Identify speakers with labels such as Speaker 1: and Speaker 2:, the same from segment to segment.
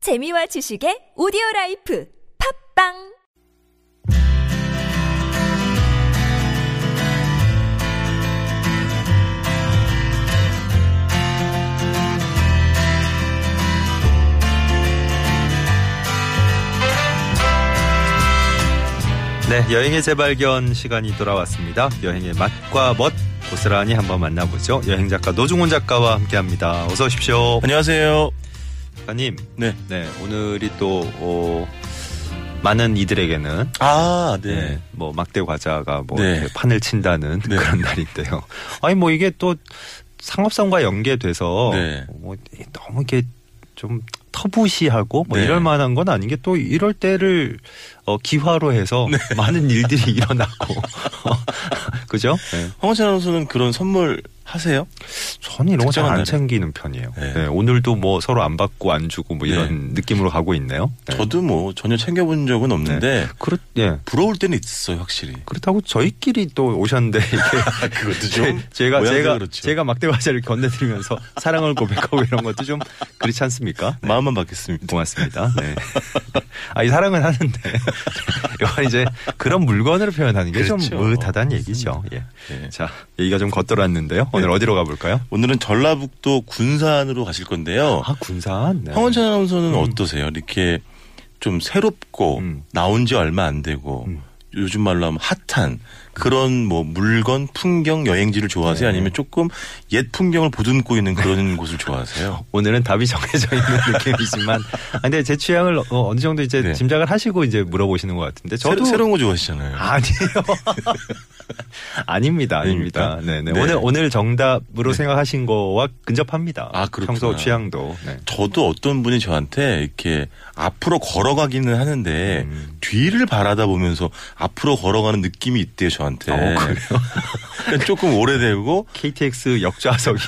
Speaker 1: 재미와 지식의 오디오 라이프 팝빵
Speaker 2: 네, 여행의 재발견 시간이 돌아왔습니다. 여행의 맛과 멋 고스란히 한번 만나보죠. 여행 작가 노중훈 작가와 함께합니다. 어서 오십시오.
Speaker 3: 안녕하세요.
Speaker 2: 작가님,
Speaker 3: 네.
Speaker 2: 네 오늘이 또 어, 많은 이들에게는
Speaker 3: 아,
Speaker 2: 네. 뭐 막대 과자가 뭐
Speaker 3: 네.
Speaker 2: 이렇게 판을 친다는
Speaker 3: 네.
Speaker 2: 그런 날인데요. 아니 뭐 이게 또 상업성과 연계돼서
Speaker 3: 네.
Speaker 2: 뭐 너무 이렇게 좀 터부시하고 뭐
Speaker 3: 네.
Speaker 2: 이럴 만한 건 아닌 게 또 이럴 때를 어, 기화로 해서
Speaker 3: 네.
Speaker 2: 많은 일들이 일어나고 그죠? 네.
Speaker 3: 황호찬 아나운서는 그런 선물 하세요?
Speaker 2: 저는 이런 거 잘 안
Speaker 3: 특정한 날에.
Speaker 2: 챙기는 편이에요.
Speaker 3: 네.
Speaker 2: 네, 오늘도 뭐 서로 안 받고 안 주고 뭐 이런 느낌으로 가고 있네요. 네.
Speaker 3: 저도 뭐 전혀 챙겨본 적은 없는데
Speaker 2: 그렇 예
Speaker 3: 부러울 때는 있어요, 확실히.
Speaker 2: 그렇다고 저희끼리 또 오셨는데 이게
Speaker 3: 아, 그것도
Speaker 2: 제, 가
Speaker 3: 모양새가
Speaker 2: 제가
Speaker 3: 그렇죠.
Speaker 2: 제가 막대 과자를 건네드리면서 사랑을 고백하고 이런 것도 좀 그렇지 않습니까? 네.
Speaker 3: 마음만 받겠습니다.
Speaker 2: 고맙습니다. 네. 아이 사랑은 하는데 이건 이제 그런 물건으로 표현하는 게 좀
Speaker 3: 그렇죠.
Speaker 2: 무릇하다는 얘기죠. 예.
Speaker 3: 네.
Speaker 2: 자 얘기가 좀 겉돌았는데요. 오늘 어디로 가볼까요?
Speaker 3: 오늘은 전라북도 군산으로 가실 건데요.
Speaker 2: 아 군산. 네.
Speaker 3: 황원찬 아나운서는 어떠세요? 이렇게 좀 새롭고
Speaker 2: 음.
Speaker 3: 나온 지 얼마 안 되고
Speaker 2: 음.
Speaker 3: 요즘 말로 하면 핫한 그런 뭐 물건, 풍경, 여행지를 좋아하세요? 아니면 조금 옛 풍경을 보듬고 있는 그런 곳을 좋아하세요?
Speaker 2: 오늘은 답이 정해져 있는 느낌이지만, 아, 근데 제 취향을 어, 어느 정도 이제
Speaker 3: 네.
Speaker 2: 짐작을 하시고 이제 물어보시는 것 같은데 저도
Speaker 3: 새로- 새로운 거 좋아하시잖아요.
Speaker 2: 아니요. 아닙니다. 아닙니다.
Speaker 3: 아닙니까?
Speaker 2: 네네.
Speaker 3: 네.
Speaker 2: 오늘, 오늘 정답으로 생각하신 거와 근접합니다.
Speaker 3: 아, 그렇구나.
Speaker 2: 평소 취향도. 네.
Speaker 3: 저도 어떤 분이 저한테 이렇게 앞으로 걸어가기는 하는데
Speaker 2: 음.
Speaker 3: 뒤를 바라다 보면서 앞으로 걸어가는 느낌이 있대요 저한테.
Speaker 2: 어, 그래요?
Speaker 3: 그러니까 조금 오래되고
Speaker 2: KTX 역좌석이고요.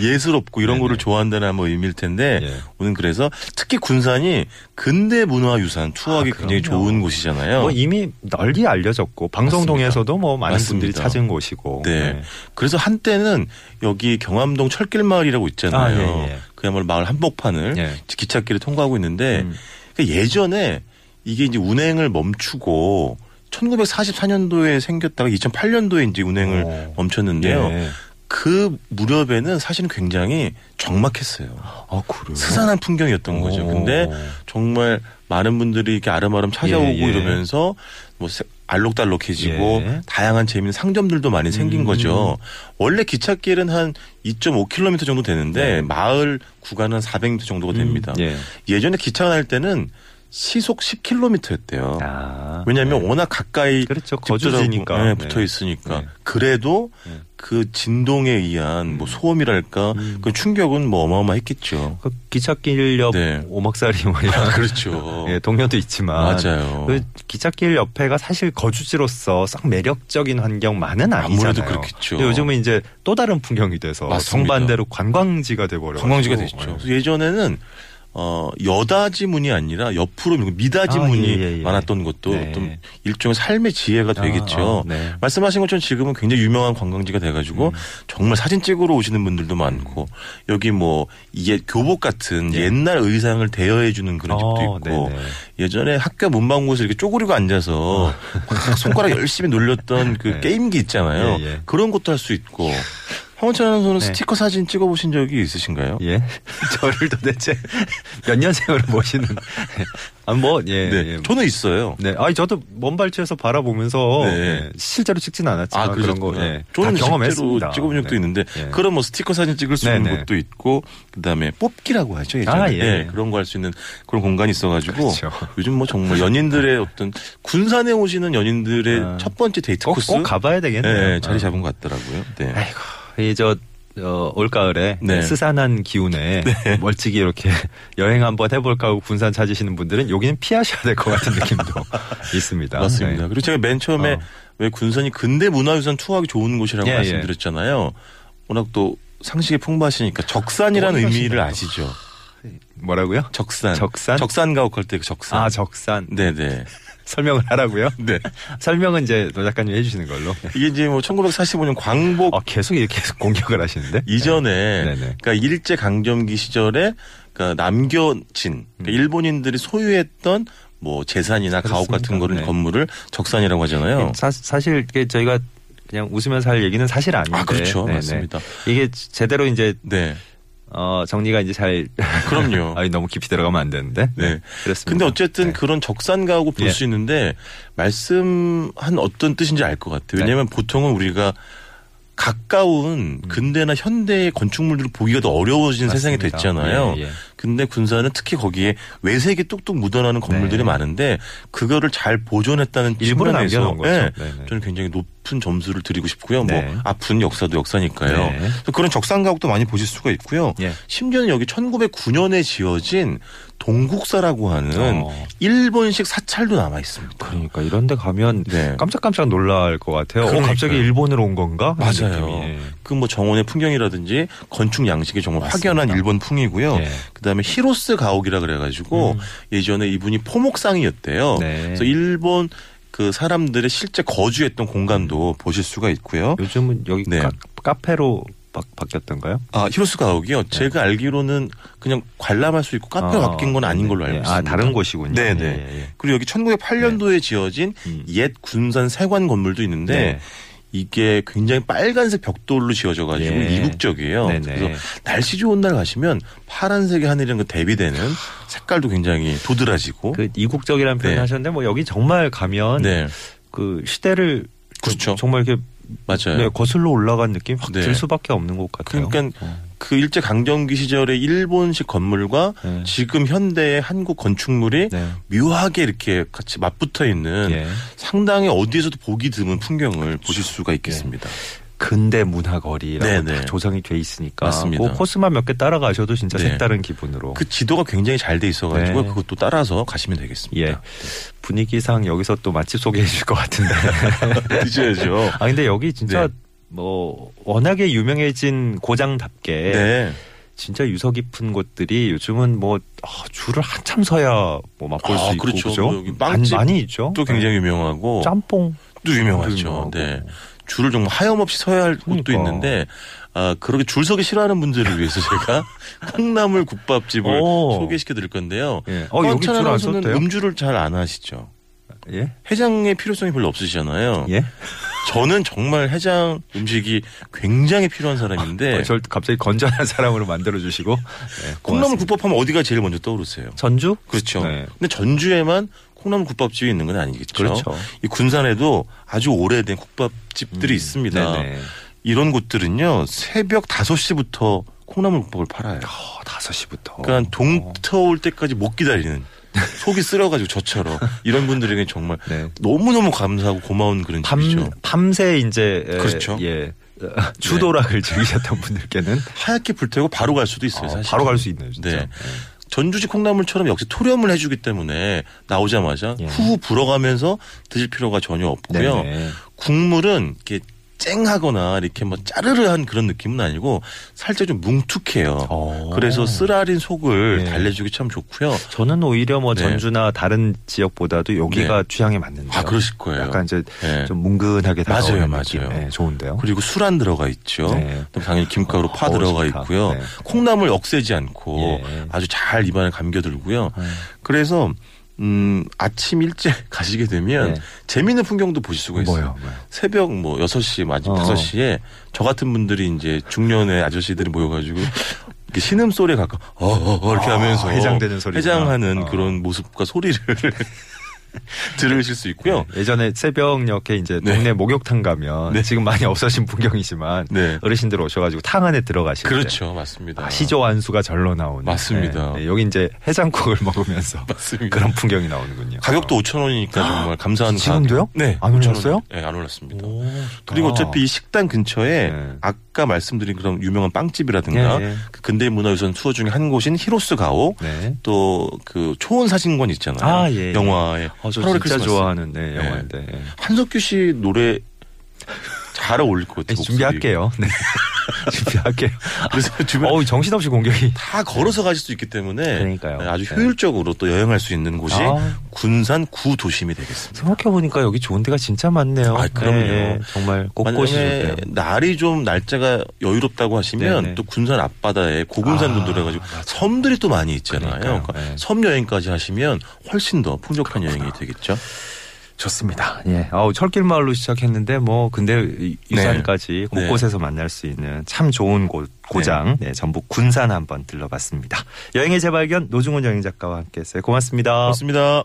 Speaker 3: 예스럽고 이런
Speaker 2: 네네.
Speaker 3: 거를 좋아한다는 뭐 의미일 텐데
Speaker 2: 예.
Speaker 3: 오늘 그래서 특히 군산이 근대 문화유산 투어하기
Speaker 2: 아,
Speaker 3: 굉장히
Speaker 2: 그럼요.
Speaker 3: 좋은 곳이잖아요.
Speaker 2: 뭐 이미 널리 알려졌고 방송
Speaker 3: 어. 맞습니다.
Speaker 2: 통해서도 뭐 많은 분들이
Speaker 3: 맞습니다.
Speaker 2: 찾은 곳이고.
Speaker 3: 네. 그래서 한때는 여기 경암동 철길마을이라고 있잖아요.
Speaker 2: 아, 예, 예.
Speaker 3: 그야말로 마을 한복판을
Speaker 2: 예.
Speaker 3: 기찻길을 통과하고 있는데
Speaker 2: 음.
Speaker 3: 그러니까 예전에 이게 이제 운행을 멈추고 1944년도에 생겼다가 2008년도에 이제 운행을
Speaker 2: 오. 네.
Speaker 3: 멈췄는데요.
Speaker 2: 예.
Speaker 3: 그 무렵에는 사실은 굉장히 적막했어요.
Speaker 2: 아 그래요. 어.
Speaker 3: 스산한 풍경이었던 거죠.
Speaker 2: 오.
Speaker 3: 근데 정말 많은 분들이 이렇게 아름아름 찾아오고
Speaker 2: 예, 예.
Speaker 3: 이러면서 뭐 세- 알록달록해지고
Speaker 2: 예.
Speaker 3: 다양한 재미있는 상점들도 많이 생긴
Speaker 2: 음.
Speaker 3: 거죠. 원래 기찻길은 한 2.5km 정도 되는데
Speaker 2: 네.
Speaker 3: 마을 구간은 400m 정도가 됩니다.
Speaker 2: 예.
Speaker 3: 예전에 기차 날 때는 시속 10km였대요.
Speaker 2: 아.
Speaker 3: 어. 왜냐하면
Speaker 2: 네.
Speaker 3: 워낙 가까이
Speaker 2: 그렇죠.
Speaker 3: 집들하고,
Speaker 2: 거주지니까.
Speaker 3: 예,
Speaker 2: 네.
Speaker 3: 붙어 있으니까
Speaker 2: 네.
Speaker 3: 그래도
Speaker 2: 네.
Speaker 3: 그 진동에 의한 뭐 소음이랄까
Speaker 2: 음.
Speaker 3: 그 충격은 뭐 어마어마했겠죠.
Speaker 2: 그 기찻길 옆
Speaker 3: 네.
Speaker 2: 오막살이 뭐 이런
Speaker 3: 그렇죠.
Speaker 2: 예, 동료도 있지만
Speaker 3: 맞아요.
Speaker 2: 그 기찻길 옆에가 사실 거주지로서 싹 매력적인 환경만은 아니잖아요.
Speaker 3: 아무래도 그렇겠죠.
Speaker 2: 근데 요즘은 이제 또 다른 풍경이 돼서
Speaker 3: 맞습니다.
Speaker 2: 정반대로 관광지가 돼버려.
Speaker 3: 관광지가 됐죠. 그래서 예전에는 어 여다지 문이 아니라 옆으로 밀고 미다지
Speaker 2: 아,
Speaker 3: 문이
Speaker 2: 예, 예, 예.
Speaker 3: 많았던 것도
Speaker 2: 네.
Speaker 3: 좀 일종의 삶의 지혜가 되겠죠.
Speaker 2: 네.
Speaker 3: 말씀하신 것처럼 지금은 굉장히 유명한 관광지가 돼가지고
Speaker 2: 음.
Speaker 3: 정말 사진 찍으러 오시는 분들도 많고 여기 뭐 이게 교복 같은
Speaker 2: 예.
Speaker 3: 옛날 의상을 대여해주는 그런 집도
Speaker 2: 어,
Speaker 3: 있고
Speaker 2: 네네.
Speaker 3: 예전에 학교 문방구에서 이렇게 쪼그리고 앉아서 막 손가락 열심히 놀렸던 그
Speaker 2: 어. 네.
Speaker 3: 게임기 있잖아요.
Speaker 2: 예, 예.
Speaker 3: 그런 것도 할 수 있고 황원찬 아나운서는
Speaker 2: 네.
Speaker 3: 스티커 사진 찍어보신 적이 있으신가요?
Speaker 2: 예. 저를 도대체 몇 년생으로 보시는. 아, 뭐, 예.
Speaker 3: 네,
Speaker 2: 예.
Speaker 3: 저는 있어요.
Speaker 2: 네, 아니 저도 먼 발치에서 바라보면서
Speaker 3: 네.
Speaker 2: 예, 실제로 찍진 않았지만
Speaker 3: 아,
Speaker 2: 그런
Speaker 3: 그러셨구나.
Speaker 2: 거 예,
Speaker 3: 저는
Speaker 2: 다 경험했습니다.
Speaker 3: 실제로 찍어본 적도
Speaker 2: 네.
Speaker 3: 있는데
Speaker 2: 예.
Speaker 3: 그런 뭐 스티커 사진 찍을 수
Speaker 2: 네네.
Speaker 3: 있는 것도 있고 그다음에 뽑기라고 하죠 예전에
Speaker 2: 아, 예.
Speaker 3: 예, 그런 거 할 수 있는 그런 공간이 있어가지고
Speaker 2: 그렇죠.
Speaker 3: 요즘 뭐 정말 연인들의 어떤 군산에 오시는 연인들의
Speaker 2: 아.
Speaker 3: 첫 번째 데이트
Speaker 2: 꼭,
Speaker 3: 코스
Speaker 2: 꼭 가봐야 되겠네요.
Speaker 3: 예, 자리
Speaker 2: 아.
Speaker 3: 잡은 것 같더라고요. 네.
Speaker 2: 아이고, 이저 어, 올가을에
Speaker 3: 네.
Speaker 2: 스산한 기운에 멀찍이 이렇게 여행 한번 해볼까 하고 군산 찾으시는 분들은 여기는 피하셔야 될 것 같은 느낌도 있습니다.
Speaker 3: 맞습니다.
Speaker 2: 네.
Speaker 3: 그리고 제가 맨 처음에
Speaker 2: 어.
Speaker 3: 왜 군산이 근대 문화유산 투어하기 좋은 곳이라고
Speaker 2: 예,
Speaker 3: 말씀드렸잖아요. 워낙 또 상식에 풍부하시니까 적산이라는
Speaker 2: 어디
Speaker 3: 의미를
Speaker 2: 가시나요?
Speaker 3: 아시죠?
Speaker 2: 뭐라고요?
Speaker 3: 적산.
Speaker 2: 적산?
Speaker 3: 가옥할 때 그 적산.
Speaker 2: 아, 적산.
Speaker 3: 네네.
Speaker 2: 설명을 하라고요?
Speaker 3: 네.
Speaker 2: 설명은 이제 노 작가님이 해주시는 걸로.
Speaker 3: 이게 이제 뭐 1945년 광복
Speaker 2: 아, 계속 이렇게 계속 공격을 하시는데?
Speaker 3: 이전에
Speaker 2: 어, 네네.
Speaker 3: 그러니까 일제 강점기 시절에 그러니까 남겨진 그러니까 일본인들이 소유했던 뭐 재산이나 가옥
Speaker 2: 음. 그렇습니다.
Speaker 3: 같은 거를
Speaker 2: 네.
Speaker 3: 건물을 적산이라고 하잖아요.
Speaker 2: 사, 사실 이게 저희가 그냥 웃으면서 할 얘기는 사실 아닌데.
Speaker 3: 아 그렇죠
Speaker 2: 네네.
Speaker 3: 맞습니다.
Speaker 2: 이게 제대로 이제
Speaker 3: 네.
Speaker 2: 어, 정리가 이제 잘
Speaker 3: 그럼요.
Speaker 2: 아니 너무 깊이 들어가면 안 되는데.
Speaker 3: 네.
Speaker 2: 그렇습니다.
Speaker 3: 근데 어쨌든
Speaker 2: 네.
Speaker 3: 그런 적산가하고 볼
Speaker 2: 예.
Speaker 3: 수 있는데 말씀한 어떤 뜻인지 알 것
Speaker 2: 네.
Speaker 3: 같아요. 왜냐하면 보통은 우리가 가까운 근대나 현대의 건축물들을 보기가 더 어려워진 세상이
Speaker 2: 음. 맞습니다.
Speaker 3: 됐잖아요.
Speaker 2: 예, 예.
Speaker 3: 근데 군사는 특히 거기에 외색이 뚝뚝 묻어나는 건물들이
Speaker 2: 네.
Speaker 3: 많은데 그거를 잘 보존했다는
Speaker 2: 일부러
Speaker 3: 측면에서
Speaker 2: 남겨놓은 거죠.
Speaker 3: 예,
Speaker 2: 네네.
Speaker 3: 저는 굉장히 높은 점수를 드리고 싶고요.
Speaker 2: 네.
Speaker 3: 뭐 아픈 역사도 역사니까요.
Speaker 2: 네.
Speaker 3: 그래서 그런 적산가옥도 많이 보실 수가 있고요.
Speaker 2: 예.
Speaker 3: 심지어는 여기 1909년에 지어진 동국사라고 하는
Speaker 2: 어.
Speaker 3: 일본식 사찰도 남아 있습니다.
Speaker 2: 그러니까 이런 데 가면
Speaker 3: 네.
Speaker 2: 깜짝깜짝 놀랄 것 같아요. 어,
Speaker 3: 그러니까요.
Speaker 2: 갑자기 일본으로 온 건가? 하는
Speaker 3: 맞아요.
Speaker 2: 느낌이. 예.
Speaker 3: 그 뭐 정원의 풍경이라든지 건축 양식이 정말
Speaker 2: 맞습니다.
Speaker 3: 확연한 일본 풍이고요.
Speaker 2: 예.
Speaker 3: 그다음에 히로스 가옥이라 그래가지고
Speaker 2: 음.
Speaker 3: 예전에 이분이 포목상이었대요.
Speaker 2: 네.
Speaker 3: 그래서 일본 그 사람들의 실제 거주했던 공간도 보실 수가 있고요.
Speaker 2: 요즘은 여기
Speaker 3: 네.
Speaker 2: 카, 카페로 바, 바뀌었던가요?
Speaker 3: 아 히로스 가옥이요. 제가 알기로는 그냥 관람할 수 있고 카페
Speaker 2: 네. 아,
Speaker 3: 가 바뀐 건 아닌 걸로 알고
Speaker 2: 네.
Speaker 3: 있습니다.
Speaker 2: 아 다른 곳이군요.
Speaker 3: 네네.
Speaker 2: 예, 예.
Speaker 3: 그리고 여기 1908년도에 지어진
Speaker 2: 음.
Speaker 3: 옛 군산 세관 건물도 있는데
Speaker 2: 네.
Speaker 3: 이게 굉장히 빨간색 벽돌로 지어져 가지고
Speaker 2: 예.
Speaker 3: 이국적이에요.
Speaker 2: 네네.
Speaker 3: 그래서 날씨 좋은 날 가시면 파란색의 하늘이랑 그 대비되는 색깔도 굉장히 도드라지고
Speaker 2: 그 이국적이라는 표현
Speaker 3: 네.
Speaker 2: 하셨는데 뭐 여기 정말 가면
Speaker 3: 네.
Speaker 2: 그 시대를
Speaker 3: 그렇죠.
Speaker 2: 정말 이렇게
Speaker 3: 맞아요.
Speaker 2: 네, 거슬러 올라간 느낌 확
Speaker 3: 네.
Speaker 2: 들 수밖에 없는 것 같아요.
Speaker 3: 그러니까
Speaker 2: 어.
Speaker 3: 그 일제 강점기 시절의 일본식 건물과
Speaker 2: 네.
Speaker 3: 지금 현대의 한국 건축물이
Speaker 2: 네.
Speaker 3: 묘하게 이렇게 같이 맞붙어 있는
Speaker 2: 예. 그렇죠.
Speaker 3: 상당히 어디에서도 보기 드문 풍경을 보실 수가
Speaker 2: 예.
Speaker 3: 있겠습니다.
Speaker 2: 근대 문화 거리라고
Speaker 3: 네네.
Speaker 2: 다 조성이 돼 있으니까
Speaker 3: 맞습니다.
Speaker 2: 그 코스만 몇 개 따라가셔도 진짜
Speaker 3: 네.
Speaker 2: 색다른 기분으로.
Speaker 3: 그 지도가 굉장히 잘 돼 있어가지고
Speaker 2: 네.
Speaker 3: 그것도 따라서 가시면 되겠습니다.
Speaker 2: 예. 분위기상 여기서 또 맛집 소개해 줄 것 같은데.
Speaker 3: 드셔야죠.
Speaker 2: 아 근데 여기 진짜
Speaker 3: 네.
Speaker 2: 뭐 워낙에 유명해진 고장답게
Speaker 3: 네.
Speaker 2: 진짜 유서 깊은 곳들이 요즘은 뭐 아, 줄을 한참 서야 뭐 맛볼
Speaker 3: 아,
Speaker 2: 수 있고
Speaker 3: 그렇죠.
Speaker 2: 그죠?
Speaker 3: 뭐 여기
Speaker 2: 많-
Speaker 3: 빵집
Speaker 2: 많이 있죠.
Speaker 3: 또 굉장히 유명하고
Speaker 2: 네. 짬뽕
Speaker 3: 또 유명하죠.
Speaker 2: 유명하고.
Speaker 3: 네. 줄을 정말 하염없이 서야 할 곳도
Speaker 2: 그러니까.
Speaker 3: 있는데 아, 그렇게 줄 서기 싫어하는 분들을 위해서 제가 콩나물 국밥집을
Speaker 2: 오.
Speaker 3: 소개시켜 드릴 건데요.
Speaker 2: 예. 어 여기 줄 안
Speaker 3: 는
Speaker 2: 섰대요.
Speaker 3: 음주를 잘 안 하시죠.
Speaker 2: 예?
Speaker 3: 해장의 필요성이 별로 없으시잖아요.
Speaker 2: 예?
Speaker 3: 저는 정말 해장 음식이 굉장히 필요한 사람인데
Speaker 2: 어, 절 갑자기 건전한 사람으로 만들어 주시고 네,
Speaker 3: 네. 콩나물
Speaker 2: 고맙습니다.
Speaker 3: 국밥 하면 어디가 제일 먼저 떠오르세요?
Speaker 2: 전주?
Speaker 3: 그렇죠.
Speaker 2: 네.
Speaker 3: 근데 전주에만 콩나물 국밥집이 있는 건 아니겠죠.
Speaker 2: 그렇죠.
Speaker 3: 이 군산에도 아주 오래된 국밥집들이 있습니다.
Speaker 2: 음, 네네.
Speaker 3: 이런 곳들은요 새벽 5시부터 콩나물 국밥을 팔아요.
Speaker 2: 어, 5시부터.
Speaker 3: 그러니까
Speaker 2: 어.
Speaker 3: 동터올 때까지 못 기다리는 속이 쓰려가지고 저처럼 이런 분들에게 정말
Speaker 2: 네.
Speaker 3: 너무너무 감사하고 고마운 그런
Speaker 2: 밤
Speaker 3: 집이죠.
Speaker 2: 밤새 이제 에,
Speaker 3: 그렇죠.
Speaker 2: 예. 주도락을 즐기셨던 분들께는
Speaker 3: 하얗게 불태우고 바로 갈 수도 있어요.
Speaker 2: 어,
Speaker 3: 어, 사실
Speaker 2: 바로 갈 수 있네요, 진짜.
Speaker 3: 네. 전주식 콩나물처럼 역시 토렴을 해주기 때문에 나오자마자
Speaker 2: 예.
Speaker 3: 후후 불어가면서 드실 필요가 전혀 없고요.
Speaker 2: 네네.
Speaker 3: 국물은 이렇게 쨍하거나 이렇게 뭐 짜르르한 그런 느낌은 아니고 살짝 좀 뭉툭해요.
Speaker 2: 어.
Speaker 3: 그래서 쓰라린 속을
Speaker 2: 네.
Speaker 3: 달래주기 참 좋고요.
Speaker 2: 저는 오히려 뭐
Speaker 3: 네.
Speaker 2: 전주나 다른 지역보다도 여기가 취향에 맞는데요.
Speaker 3: 아 그러실 거예요.
Speaker 2: 약간 이제
Speaker 3: 네.
Speaker 2: 좀 뭉근하게 다가오는
Speaker 3: 맞아요,
Speaker 2: 느낌.
Speaker 3: 맞아요.
Speaker 2: 네, 좋은데요.
Speaker 3: 그리고 술 안 들어가 있죠.
Speaker 2: 네.
Speaker 3: 그다음 당연히 김가루 파
Speaker 2: 어,
Speaker 3: 들어가
Speaker 2: 좋다.
Speaker 3: 있고요.
Speaker 2: 네.
Speaker 3: 콩나물 억세지 않고
Speaker 2: 예.
Speaker 3: 아주 잘 입안에 감겨들고요.
Speaker 2: 네.
Speaker 3: 그래서 음, 아침 일찍 가시게 되면
Speaker 2: 네.
Speaker 3: 재미있는 풍경도 보실 수가 있어요.
Speaker 2: 뭐요? 뭐요?
Speaker 3: 새벽 뭐 6시, 아직
Speaker 2: 어.
Speaker 3: 5시에 저 같은 분들이 이제 중년의 아저씨들이 모여가지고 이렇게 신음 소리에 가까 워 어, 어, 이렇게
Speaker 2: 아,
Speaker 3: 하면서
Speaker 2: 해장되는 소리구나.
Speaker 3: 해장하는
Speaker 2: 어.
Speaker 3: 그런 모습과 소리를 들으실 수 있고요.
Speaker 2: 네, 예전에 새벽녘에 이제
Speaker 3: 네.
Speaker 2: 동네 목욕탕 가면
Speaker 3: 네.
Speaker 2: 지금 많이 없어진 풍경이지만
Speaker 3: 네.
Speaker 2: 어르신들 오셔가지고 탕 안에 들어가실
Speaker 3: 그렇죠.
Speaker 2: 때
Speaker 3: 맞습니다.
Speaker 2: 네. 아, 시조 안수가 절로 나오는
Speaker 3: 맞습니다.
Speaker 2: 네, 네, 여기 이제 해장국을 먹으면서
Speaker 3: 맞습니다.
Speaker 2: 그런 풍경이 나오는군요. 어.
Speaker 3: 가격도 5천 원이니까 정말 감사한
Speaker 2: 아, 지금도요?
Speaker 3: 가격. 네.
Speaker 2: 안
Speaker 3: 5,000원.
Speaker 2: 올랐어요?
Speaker 3: 네, 안 올랐습니다.
Speaker 2: 오, 좋다.
Speaker 3: 그리고 어차피 이 식당 근처에
Speaker 2: 네.
Speaker 3: 아까 말씀드린 그런 유명한 빵집이라든가
Speaker 2: 예, 예.
Speaker 3: 그 근대문화유산 투어 중에 한 곳인 히로스 가옥
Speaker 2: 네.
Speaker 3: 또 그 초원 사진관 있잖아요.
Speaker 2: 아, 예, 예.
Speaker 3: 영화에
Speaker 2: 어, 저
Speaker 3: 8월의
Speaker 2: 진짜
Speaker 3: 크리스마스.
Speaker 2: 좋아하는 네,
Speaker 3: 네.
Speaker 2: 영화인데 예.
Speaker 3: 한석규 씨 노래 잘 어울릴 것 같아요.
Speaker 2: 준비할게요. 네. 준비할게요.
Speaker 3: 그래서 주변
Speaker 2: 어우 정신없이 공격이.
Speaker 3: 다 걸어서 가실 수 있기 때문에
Speaker 2: 그러니까요.
Speaker 3: 아주
Speaker 2: 네.
Speaker 3: 효율적으로 또 여행할 수 있는 곳이
Speaker 2: 아.
Speaker 3: 군산 구도심이 되겠습니다.
Speaker 2: 생각해 보니까 여기 좋은 데가 진짜 많네요.
Speaker 3: 아, 그럼요.
Speaker 2: 정말 곳곳이
Speaker 3: 만약에
Speaker 2: 좋네요.
Speaker 3: 날이 좀 날짜가 여유롭다고 하시면
Speaker 2: 네네.
Speaker 3: 또 군산 앞바다에 고군산
Speaker 2: 아,
Speaker 3: 분들 해가지고 섬들이 또 많이 있잖아요.
Speaker 2: 그러니까요.
Speaker 3: 그러니까
Speaker 2: 네.
Speaker 3: 섬 여행까지 하시면 훨씬 더 풍족한 여행이 되겠죠.
Speaker 2: 아. 좋습니다. 예. 아우 철길 마을로 시작했는데 뭐 근데 이-
Speaker 3: 네.
Speaker 2: 유산까지
Speaker 3: 네.
Speaker 2: 곳곳에서 만날 수 있는 참 좋은 곳 고장. 네. 전북 군산 한번 들러봤습니다. 여행의 재발견 노중훈 여행 작가와 함께했어요. 고맙습니다.
Speaker 3: 고맙습니다.